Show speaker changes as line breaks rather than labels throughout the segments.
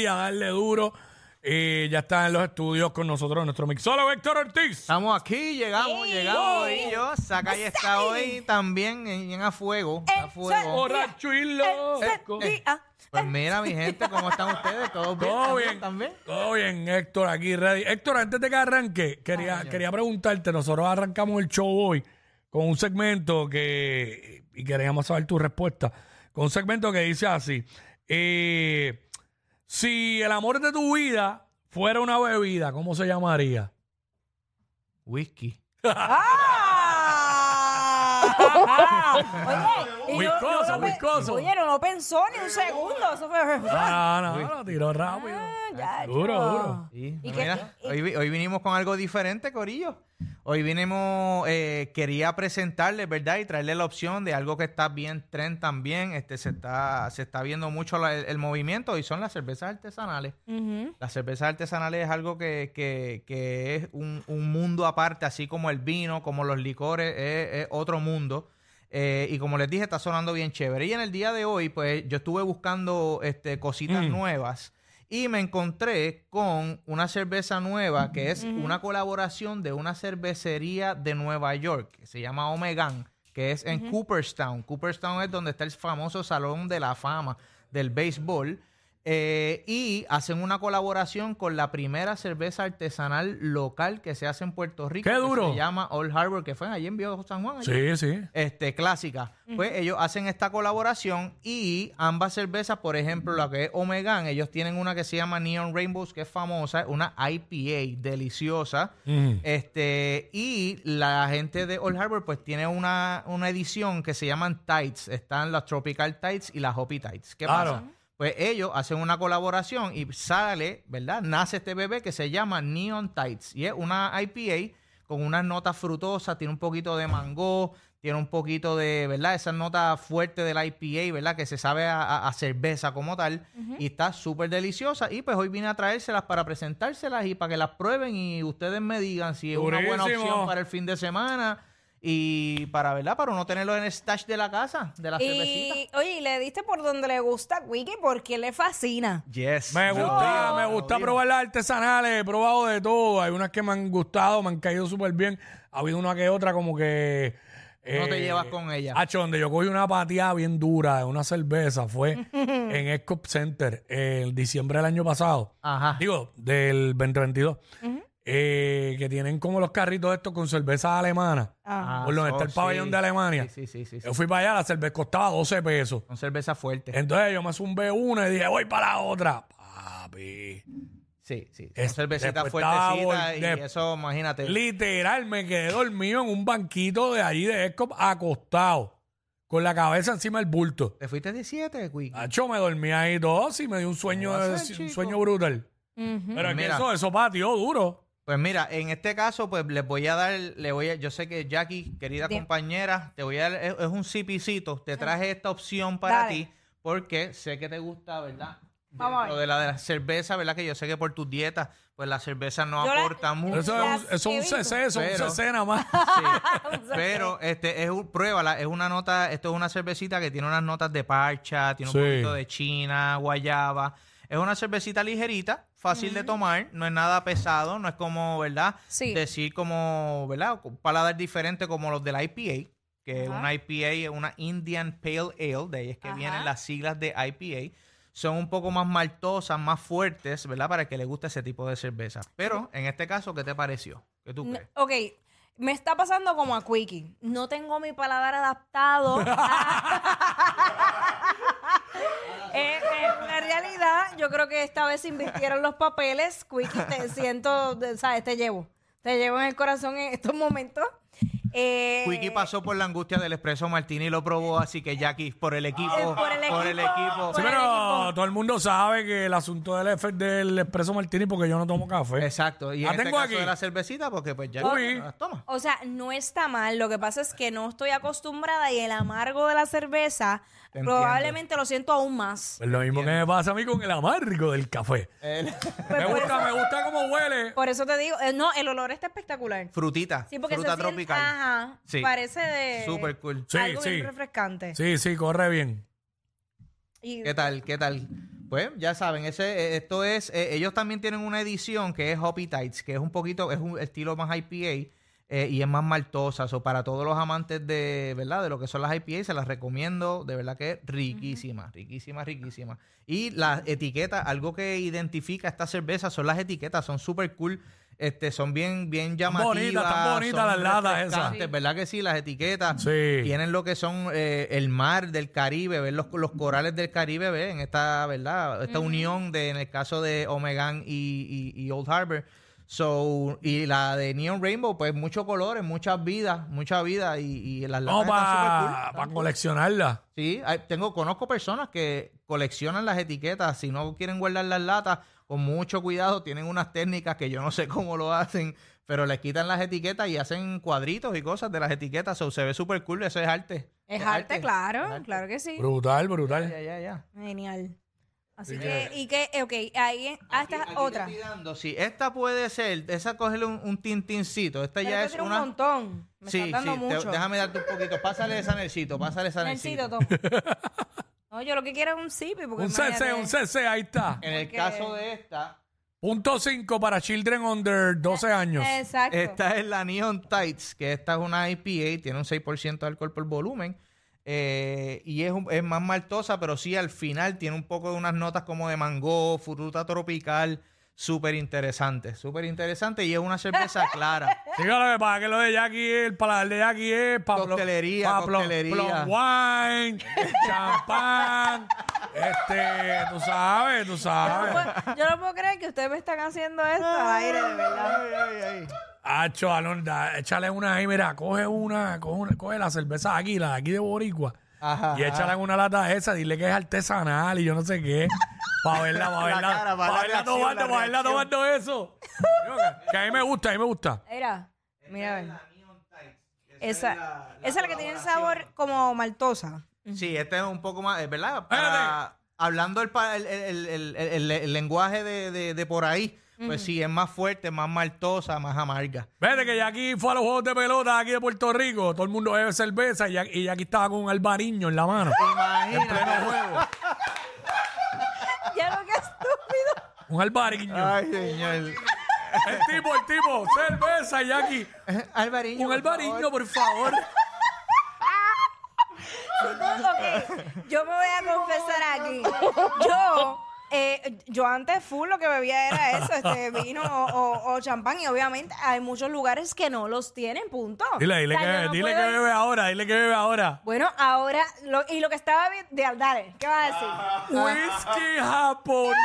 y a darle duro. Y ya está en los estudios con nosotros nuestro mixólogo Héctor Ortiz.
Estamos aquí, llegamos,
Sí.
llegamos,
Sí.
Corillo. Saca y está hoy también en, en a fuego. Está a
Eh,
fuego.
Borracho y
Eh,
loco.
sí, ah.
Pues mira, mi gente, ¿cómo están ustedes? ¿Todos
Todo
bien? ¿También?
bien.
¿También?
Todo bien, Héctor, aquí ready. Héctor, antes de que arranque, quería, quería preguntarte, nosotros arrancamos el show hoy con un segmento que, y queríamos saber tu respuesta, con un segmento que dice así, eh, si el amor de tu vida fuera una bebida, ¿cómo se llamaría?
Whisky.
¡Ah! Oye, y no-
Viscoso,
no lo pe-
viscoso.
Oye, no lo pensó ni un segundo. Eso fue. Ah,
Ah, no, no, tiró rápido.
ya,
Duro,
yo.
duro.
Sí,
¿Y
no,
qué-
mira,
y-
hoy, vi- hoy vinimos con algo diferente, Corillo. Hoy vinimos, eh, quería presentarles, ¿verdad? Y traerles la opción de algo que está bien tren también. Este se está, se está viendo mucho la- el, el movimiento y son las cervezas artesanales.
Ujú.
Las cervezas artesanales es algo que, que- que es un, un mundo aparte, así como el vino, como los licores, es, es otro mundo. Eh, y como les dije, está sonando bien chévere. Y en el día de hoy, pues yo estuve buscando este, cositas
Mm.
nuevas y me encontré con una cerveza nueva que es una colaboración de una cervecería de Nueva York, que se llama Omegan, que es en Cooperstown. Cooperstown es donde está el famoso Salón de la Fama del béisbol. Eh, y hacen una colaboración con la primera cerveza artesanal local que se hace en Puerto Rico.
¡Qué
que
duro!
se llama Old Harbor, que fue allí en Viejo San Juan.
Sí,
allí
sí.
este, clásica. Pues ellos hacen esta colaboración y ambas cervezas, por ejemplo, la que es Omegan, ellos tienen una que se llama Neon Rainbows, que es famosa, una IPA deliciosa.
Mm.
Este, y la gente de Old Harbor, pues tiene una, una edición que se llaman Tides. Están las Tropical Tides y las Hoppy Tides. ¿Qué
Claro.
pasa? Pues ellos hacen una colaboración y sale, ¿verdad? Nace este bebé que se llama Neon Tides. Y es una IPA con unas notas frutosas, tiene un poquito de mango, tiene un poquito de, ¿verdad? Esas notas fuertes de la IPA, ¿verdad? Que se sabe a, a- a cerveza como tal. Y está súper deliciosa. Y pues hoy vine a traérselas para presentárselas y para que las prueben y ustedes me digan si es una buena
Durísimo.
opción para el fin de semana y para, ¿verdad? Para no tenerlo en el stash de la casa, de la cervecita.
Y, oye, y le diste por donde le gusta a Wiki porque le fascina.
Yes.
Me
Lo
gusta,
digo,
me
lo
gusta
digo.
probar las artesanales, he probado de todo. Hay unas que me han gustado, me han caído súper bien. Ha habido una que otra como que...
No te llevas
Eh,
con ella.
Hacho, donde yo cogí una pateada bien dura de una cerveza fue en Escop Center en diciembre del año pasado.
Ajá.
Digo, del 2022. Eh, que tienen como los carritos estos con cerveza alemana.
Ah,
por donde está el
so-
pabellón
sí.
de Alemania.
Sí, sí, sí, sí, sí.
Yo fui para allá, la cerveza costaba 12 pesos.
Son cervezas fuertes.
Entonces yo me zumbé una y dije, voy para la otra. Papi.
Sí, sí. Son
es-
cervecitas
después estaba
fuertecitas y
vol- de-
eso, imagínate.
Literal, me quedé dormido en un banquito de allí de Escop acostado, con la cabeza encima del bulto.
¿Te fuiste 17, güey?
Hacho, me dormí ahí dos y me dio un sueño,
¿Cómo va a
de-
ser,
un
chico?
sueño brutal.
Ujú.
Pero es que
Mira.
eso, eso pateó duro.
Pues mira, en este caso, pues les voy a dar, le voy a, yo sé que Jackie, querida
Bien.
compañera, te voy a dar, es, es un sipicito, te traje esta opción para
Dale.
ti, porque sé que te gusta, ¿verdad?
Vamos a
Dentro de la de la cerveza, ¿verdad? Que yo sé que por tus dietas, pues la cerveza no
Yo la-
aporta mucho.
Eso es un,
Las
eso es un
he visto.
CC, eso es un
Pero-
CC nada más.
Sí. Pero este es un, pruébala, es una nota, esto es una cervecita que tiene unas notas de parcha, tiene
Sí.
un poquito de china, guayaba. Es una cervecita ligerita, fácil de tomar, no es nada pesado, no es como, ¿verdad?
Sí.
Decir como, ¿verdad? Un Paladar diferente como los de la IPA, que es
Ajá.
una IPA es una Indian Pale Ale, de ahí es que
Ajá.
vienen las siglas de IPA. Son un poco más maltosas, más fuertes, ¿verdad? Para el que le guste ese tipo de cerveza. Pero en este caso, ¿qué te pareció? ¿Qué tú
No,
crees?
ok, me está pasando como a Quickie. No tengo mi paladar adaptado. Eh, en la realidad, yo creo que esta vez se invirtieron los papeles. Quickie, te siento, de- ¿sabes? Te llevo. Te llevo en el corazón en estos momentos. Eh,
Wiki pasó por la angustia del espresso martini y lo probó, así que Jackie, por el equipo,
Eh, por el equipo.
equipo.
Sí,
Por el
pero
equipo.
todo el mundo sabe que el asunto del, F- del expreso martini porque yo no tomo café.
Exacto, y
La
en este
tengo
caso
aquí.
de la cervecita, porque pues ya
Uy.
no las toma.
O sea, no está mal. Lo que pasa es que no estoy acostumbrada y el amargo de la cerveza
Te entiendo.
probablemente lo siento aún más.
Es lo mismo que me pasa a mí con el amargo del café.
El-
Me gusta, me gusta cómo huele.
Por eso te digo, eh, no, el olor está espectacular.
frutita,
Sí, porque
fruta
se siente-
tropical.
ajá, eh,
Sí.
parece de
Súper cool.
Sí,
algo
sí.
bien refrescante.
Sí, sí, corre bien.
Y-
¿Qué tal? ¿Qué tal? Pues ya saben, ese, eh, esto es, eh, ellos también tienen una edición que es Hoppy Tights, que es un poquito, es un estilo más IPA eh, y es más maltosa. O para todos los amantes de, ¿verdad? De lo que son las IPA, se las recomiendo, de verdad que es riquísima, riquísima, riquísima. Y las etiquetas, algo que identifica esta cerveza son las etiquetas, son súper cool. Este, son bien, bien llamativas.
bonitas, tan bonitas
son
las latas esas.
refrescantes, ¿verdad que sí? Las etiquetas
Sí.
tienen lo que son eh, el mar del Caribe, ver los, los corales del Caribe, ver en esta, ¿verdad? Esta unión de, en el caso de Omegan y, y- y Old Harbor. So, y la de Neon Rainbow, pues muchos colores, muchas vidas, mucha vida y, y las latas
Vamos
están súper cool.
para coleccionarla.
Sí, hay- tengo, conozco personas que coleccionan las etiquetas. Si no quieren guardar las latas, con mucho cuidado, tienen unas técnicas que yo no sé cómo lo hacen, pero les quitan las etiquetas y hacen cuadritos y cosas de las etiquetas. So, se ve súper cool, eso es arte.
Es arte, claro, claro que sí.
Brutal, brutal.
Ya, ya, ya.
Genial. Así
Sí,
que, y que, eh, ok, ahí, hasta
Aquí te
otra.
estoy dando, sí, esta puede ser, esa cogerle un, un tintincito. Esta
Pero
ya
esto
es
tiene
una.
un montón. Me
sí,
están dando
sí, te-
mucho.
déjame darte un poquito. Pásale esa Nercito, pásale esa Nercito.
Nelsito, toma. No, yo lo que quiero es un sipi. Porque
Un CC,
imagínate-
un CC, ahí está.
En el
Porque-
caso de esta,
Punto 5 para children under 12 años.
Exacto.
Esta es la Neon Tights, que esta es una IPA, tiene un 6% de alcohol por volumen. eh, y es, un- es más maltosa, pero sí al final tiene un poco de unas notas como de mango, fruta tropical. Súper interesante, súper interesante. Y es una cerveza clara.
Sí, claro, lo que pasa es que lo de Jackie es, el paladar de Jackie es pa- plo-
Coctelería,
pa- plo-
coctelería.
plum wine, champán, este, tú sabes, tú
Yo no,
Ah.
sabes.
puedo, yo no puedo creer que ustedes me están haciendo esto al aire, de verdad.
Hacho, Alonda, échale una ahí, mira, coge una, coge, una- coge la cerveza de aquí, la de aquí de Boricua,
Ajá,
y échale en una lata de esa, dile que es artesanal y yo no sé qué, para verla, para
La
verla,
cara,
para
pa' la
verla
reacción,
tomando,
la
para verla
reacción.
tomando eso. Digo que- Que a mí me gusta, a mí me gusta.
Mira, mira, a ver. Esa, esa es la que tiene el sabor como maltosa.
Sí, este es un poco más, eh, ¿verdad?
Espérate.
Para- hablando el, pa- el, el- el- el- el lenguaje de, de- de por ahí, pues sí, es más fuerte, más maltosa, más amarga.
Vete que Jackie fue a los juegos de pelota aquí de Puerto Rico. Todo el mundo bebe cerveza y Jackie, y Jackie estaba con un albariño en la mano.
Imagínate.
ya lo que estúpido.
Un albariño.
Ay, señor.
El tipo, el tipo, cerveza, Jackie.
Alvariño.
Un albariño, por favor.
Ok, yo me voy a confesar aquí. Yo, eh, yo antes full lo que bebía era eso, este vino o, o- o champán. Y obviamente hay muchos lugares que no los tienen, punto.
Dile, dile,
O sea, yo
que,
no
dile
puedo
que
ir-
bebe ahora, dile que bebe ahora.
Bueno, ahora, lo- y lo que estaba bien, de, dale, ¿qué vas a decir?
Ah. Whisky japonés.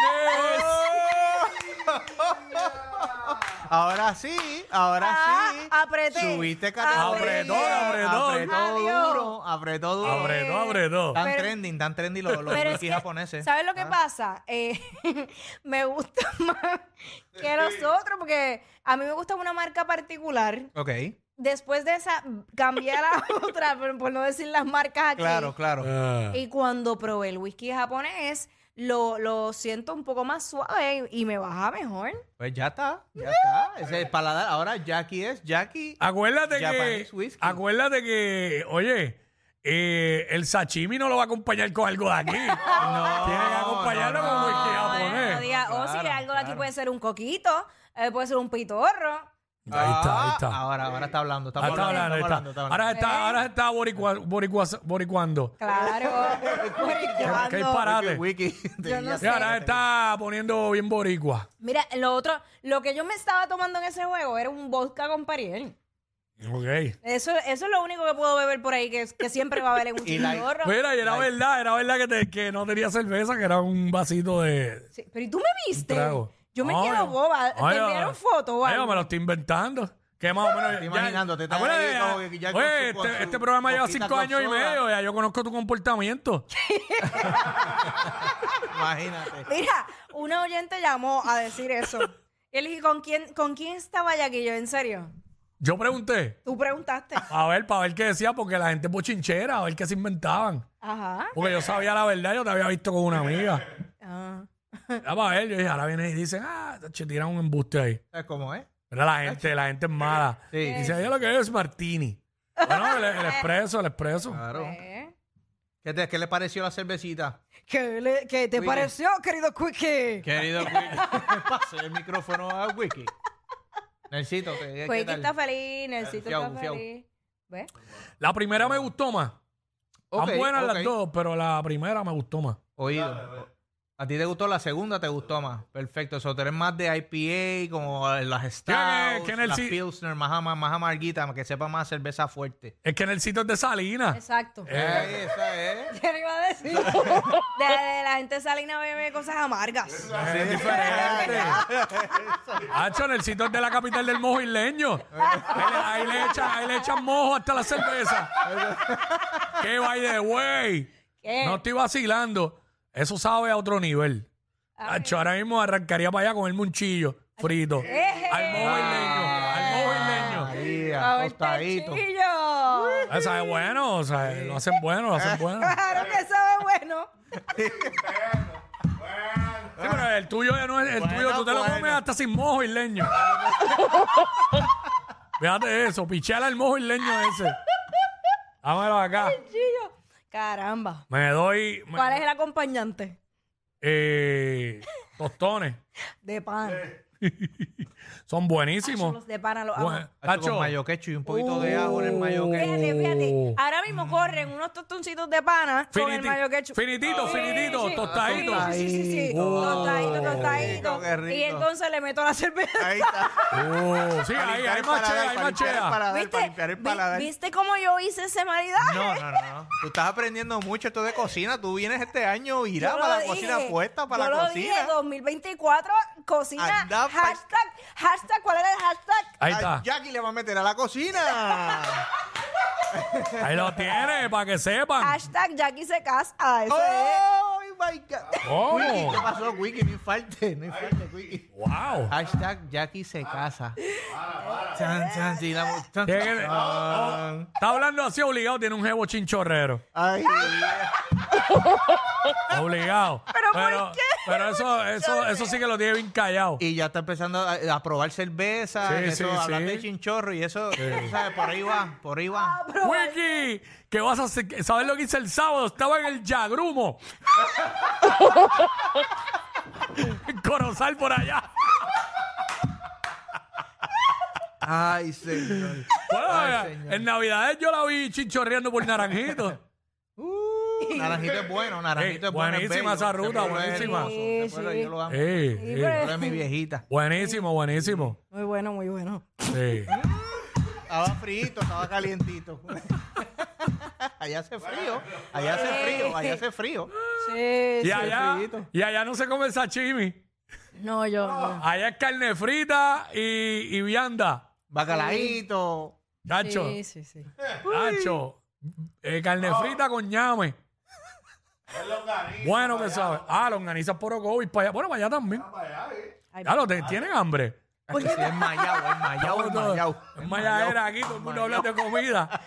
Ahora sí, ahora
Ah,
sí.
apreté.
Subiste categoría.
Apretó, apretó.
Apretó
Adiós.
duro, apretó duro.
Abre dos, abre dos.
Tan
Pero-
trending, tan trending los, los
Pero es
whisky
que,
japoneses. Ah,
¿Sabes
Ah.
lo que pasa? Eh, me gusta más que los otros porque a mí me gusta una marca particular.
Ok.
Después de esa, cambié a la otra, por, por no decir las marcas aquí.
Claro, claro.
Ah.
Y cuando probé el whisky japonés, lo, lo siento un poco más suave y, y me baja mejor.
Pues ya está, ya está. Ese es el paladar. Ahora Jackie es Jackie.
Acuérdate que,
Japanese whisky.
acuérdate que, oye, eh, el sashimi no lo va a acompañar con algo de aquí. Tiene que acompañarlo
no,
con
no.
whisky japonés.
no Ah, diga, oh, si
Ah, claro,
algo de aquí
claro.
puede ser un coquito, eh, puede ser un pitorro.
Ahí está, ahí está.
Ah, Ahora, ahora está hablando. Está
Ah, está hablando,
está
está.
hablando, está hablando.
Ahora está, ahora está boricua, boricua, boricuando.
Claro. Boricuando.
Qué disparate.
Wiki.
Yo no
Y ahora está poniendo bien boricua.
Mira, lo otro, lo que yo me estaba tomando en ese juego era un vodka con pariel.
Ok.
Eso, eso es lo único que puedo beber por ahí, que, que siempre va a haber en un
Y la- Pues
chingorro.
Mira, y era verdad, era verdad que, te- que no tenía cerveza, que era un vasito de
Sí, pero ¿y tú me viste?
trago.
Yo me
Ay,
quedo boba.
ay,
¿Te enviaron
ay,
fotos o
ay,
algo?
me lo estoy inventando. Que más o menos.
Estoy
ya-
imaginando, te estás
acuérdate,
ahí
ya-
como que ya con
oye,
su- con
este,
su
este programa lleva
boquita
cinco años y
globsosa.
medio, ya yo conozco tu comportamiento.
Imagínate.
Mira, una oyente llamó a decir eso. Y él dije, ¿con quién, ¿con quién estaba Jackie? Yo, ¿en serio?
Yo pregunté,
Tú preguntaste.
a ver, para ver qué decía, porque la gente es bochinchera, a ver qué se inventaban.
Ajá.
Porque yo sabía la verdad, yo te había visto con una amiga.
Ah.
Ya para ver, yo dije, ahora viene y dicen, ah, se tiran un embuste ahí.
¿Sabes cómo es?
Pero la gente, la gente es mala.
Sí.
Dice, yo lo que veo es martini. Bueno, el, el expreso, el expreso.
Claro.
Eh.
¿Qué, te- qué le pareció la cervecita?
¿Qué, le- qué te
Wiki.
pareció, querido Quickie?
Querido Quickie, pase el micrófono a Wiki. Nelsito, ¿qué, qué
Quickie
tal?
está feliz, Nelsito
Fiao,
está
fiao.
feliz. ¿Ves?
La primera me gustó más.
Ok,
Están buenas
ok.
las dos, pero la primera me gustó más.
Oído. ¿A ti te gustó la segunda? ¿Te gustó más? Perfecto. Eso eres más de IPA, como eh, las Stouts,
que en el
las
sí-
Pilsner, más, ama- más amarguita, que sepa más cerveza fuerte.
Es que en el sitio es de Salinas.
Exacto.
Ahí, esa es.
¿Qué le iba a decir? De, de la gente salina bebe cosas amargas.
Es diferente. Hacho, en el sitio es de la capital del mojo isleño. Ahí le, ahí le echan, ahí le echan mojo hasta la cerveza. ¡Qué by the way!
¿Qué?
No estoy vacilando. Eso sabe a otro nivel. Hacho, ahora mismo arrancaría para allá con el munchillo frito.
Eje.
Al mojo isleño. Al mojo isleño.
Ahí,
A ver,
tostadito.
chillo.
Ah, sabe bueno, o sea, lo hacen bueno, lo hacen bueno. Sí,
Claro que sabe bueno.
pero el tuyo ya no es el tuyo, tú te lo
bueno.
comes hasta sin mojo isleño. Fíjate eso, pichela el mojo isleño ese. Dámelo acá.
Chillo. Caramba.
Me doy me-
¿Cuál es el acompañante?
eh, tostones.
De pan.
Son buenísimos.
Los de pan a los amo.
Buen-
Hacho,
Hacho, Uh.
con mayo ketchup y un poquito de ajo en el mayo ketchup.
Fíjate, fíjate. Ahora mismo corren unos tostoncitos de pana con el
Oh. finiti-
mayo ketchup.
Finitito, finitito,
Sí,
tostadito.
Sí, sí, sí, sí, sí.
Oh.
Tostadito, tostadito.
Qué rico, qué rico.
Y entonces le meto la cerveza.
Ahí está.
Oh, sí, ahí, ahí machea, ahí machea.
¿Viste? Vi- ¿Viste cómo yo hice ese maridaje?
No, no, no, no. Tú estás aprendiendo mucho esto de cocina. Tú vienes este año
Yo
irá
lo
para la
dije,
cocina puesta, para
yo
la
lo
cocina.
dije, 2024, cocina,
Anda pa-
hashtag, hashtag, ¿cuál era el hashtag?
Ahí
A
está.
Jackie le va a meter a la cocina.
Ahí lo tiene, para que sepan.
Hashtag Jackie se casa. Ah, eso es.
¡Oh, my God!
Oh.
Wiki, ¿Qué pasó, Wiki? No infalte, no Ah. infalte, Wiki.
Wow.
Hashtag Jackie se casa. Chan, chan, sí, la mu- chan,
Tiene que-
chan.
Está hablando así obligado, tiene un jevo chinchorrero.
Ay,
Obligado.
¿Pero por qué?
pero eso, eso, eso sí que lo tiene bien callado.
y ya está empezando a, a probar cerveza,
Sí,
eso,
sí,
hablando
sí.
de chinchorro y eso, tú ¿sabes? Por ahí va, por ahí va.
Wiki, que vas a hacer? ¿Sabes lo que hice el sábado? Estaba en el Yagrumo. en Corozal por allá.
Ay, señor.
Bueno,
Ay,
eh,
señor.
en Navidades yo la vi chinchorreando por Naranjito.
Naranjito es bueno,
Ey,
naranjito es bueno. es
Eh, buenísima
bello.
esa ruta,
Ese pueblo es
buenísima. Eh.
hermoso, ese
Sí,
pueblo
sí.
Yo lo amo.
Ey,
Sí,
ey.
pero-
Ella es mi viejita.
Buenísimo, buenísimo.
Muy bueno, muy bueno.
Sí.
Estaba frito, estaba calientito. allá hace frío, allá hace
Eh.
frío, allá hace frío.
Sí,
Y
sí.
allá,
friguito.
y allá no se come sashimi.
No, yo. no.
Allá es carne frita y, y vianda.
Bacalaíto.
Chacho,
Sí, Oh. sí, sí.
chacho. Eh, carne frita con ñame. Bueno que sabe. Ah, longanizas por Ocovis para allá. Bueno, para allá también.
Ay,
Claro, te, tienen hambre.
Sí, es mayao, es mayao, es mayao.
Es mayadera aquí, todo el mundo hablando de comida.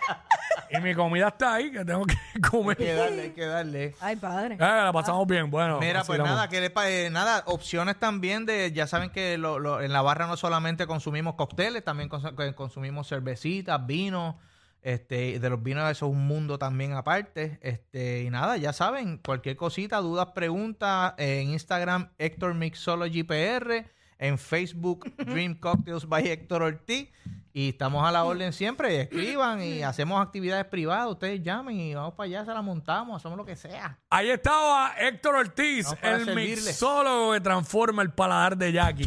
y mi comida está ahí, que tengo que comer.
Hay que darle, hay que darle.
Ay, padre.
Eh, la pasamos bien, bueno.
Mira,
así
pues
vamos.
nada, que le pa- eh, nada, opciones también de, ya saben que lo- lo- en la barra no solamente consumimos cócteles, también cons- que consumimos cervecitas, vinos, este, y de los vinos eso es un mundo también aparte, este, y nada, ya saben, cualquier cosita, dudas, preguntas, eh, en Instagram Héctor Mixology PR, en Facebook Dream Cocktails by Héctor Ortiz, y estamos a la orden siempre, escriban y hacemos actividades privadas, ustedes llamen y vamos para allá, se la montamos, hacemos lo que sea.
Ahí estaba Héctor Ortiz,
Vamos para
el
servirle.
mixólogo que transforma el paladar de Jackie.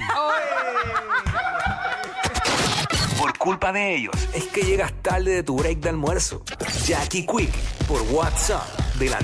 Por culpa de ellos es que llegas tarde de tu break de almuerzo. Jackie Quick por WhatsApp de la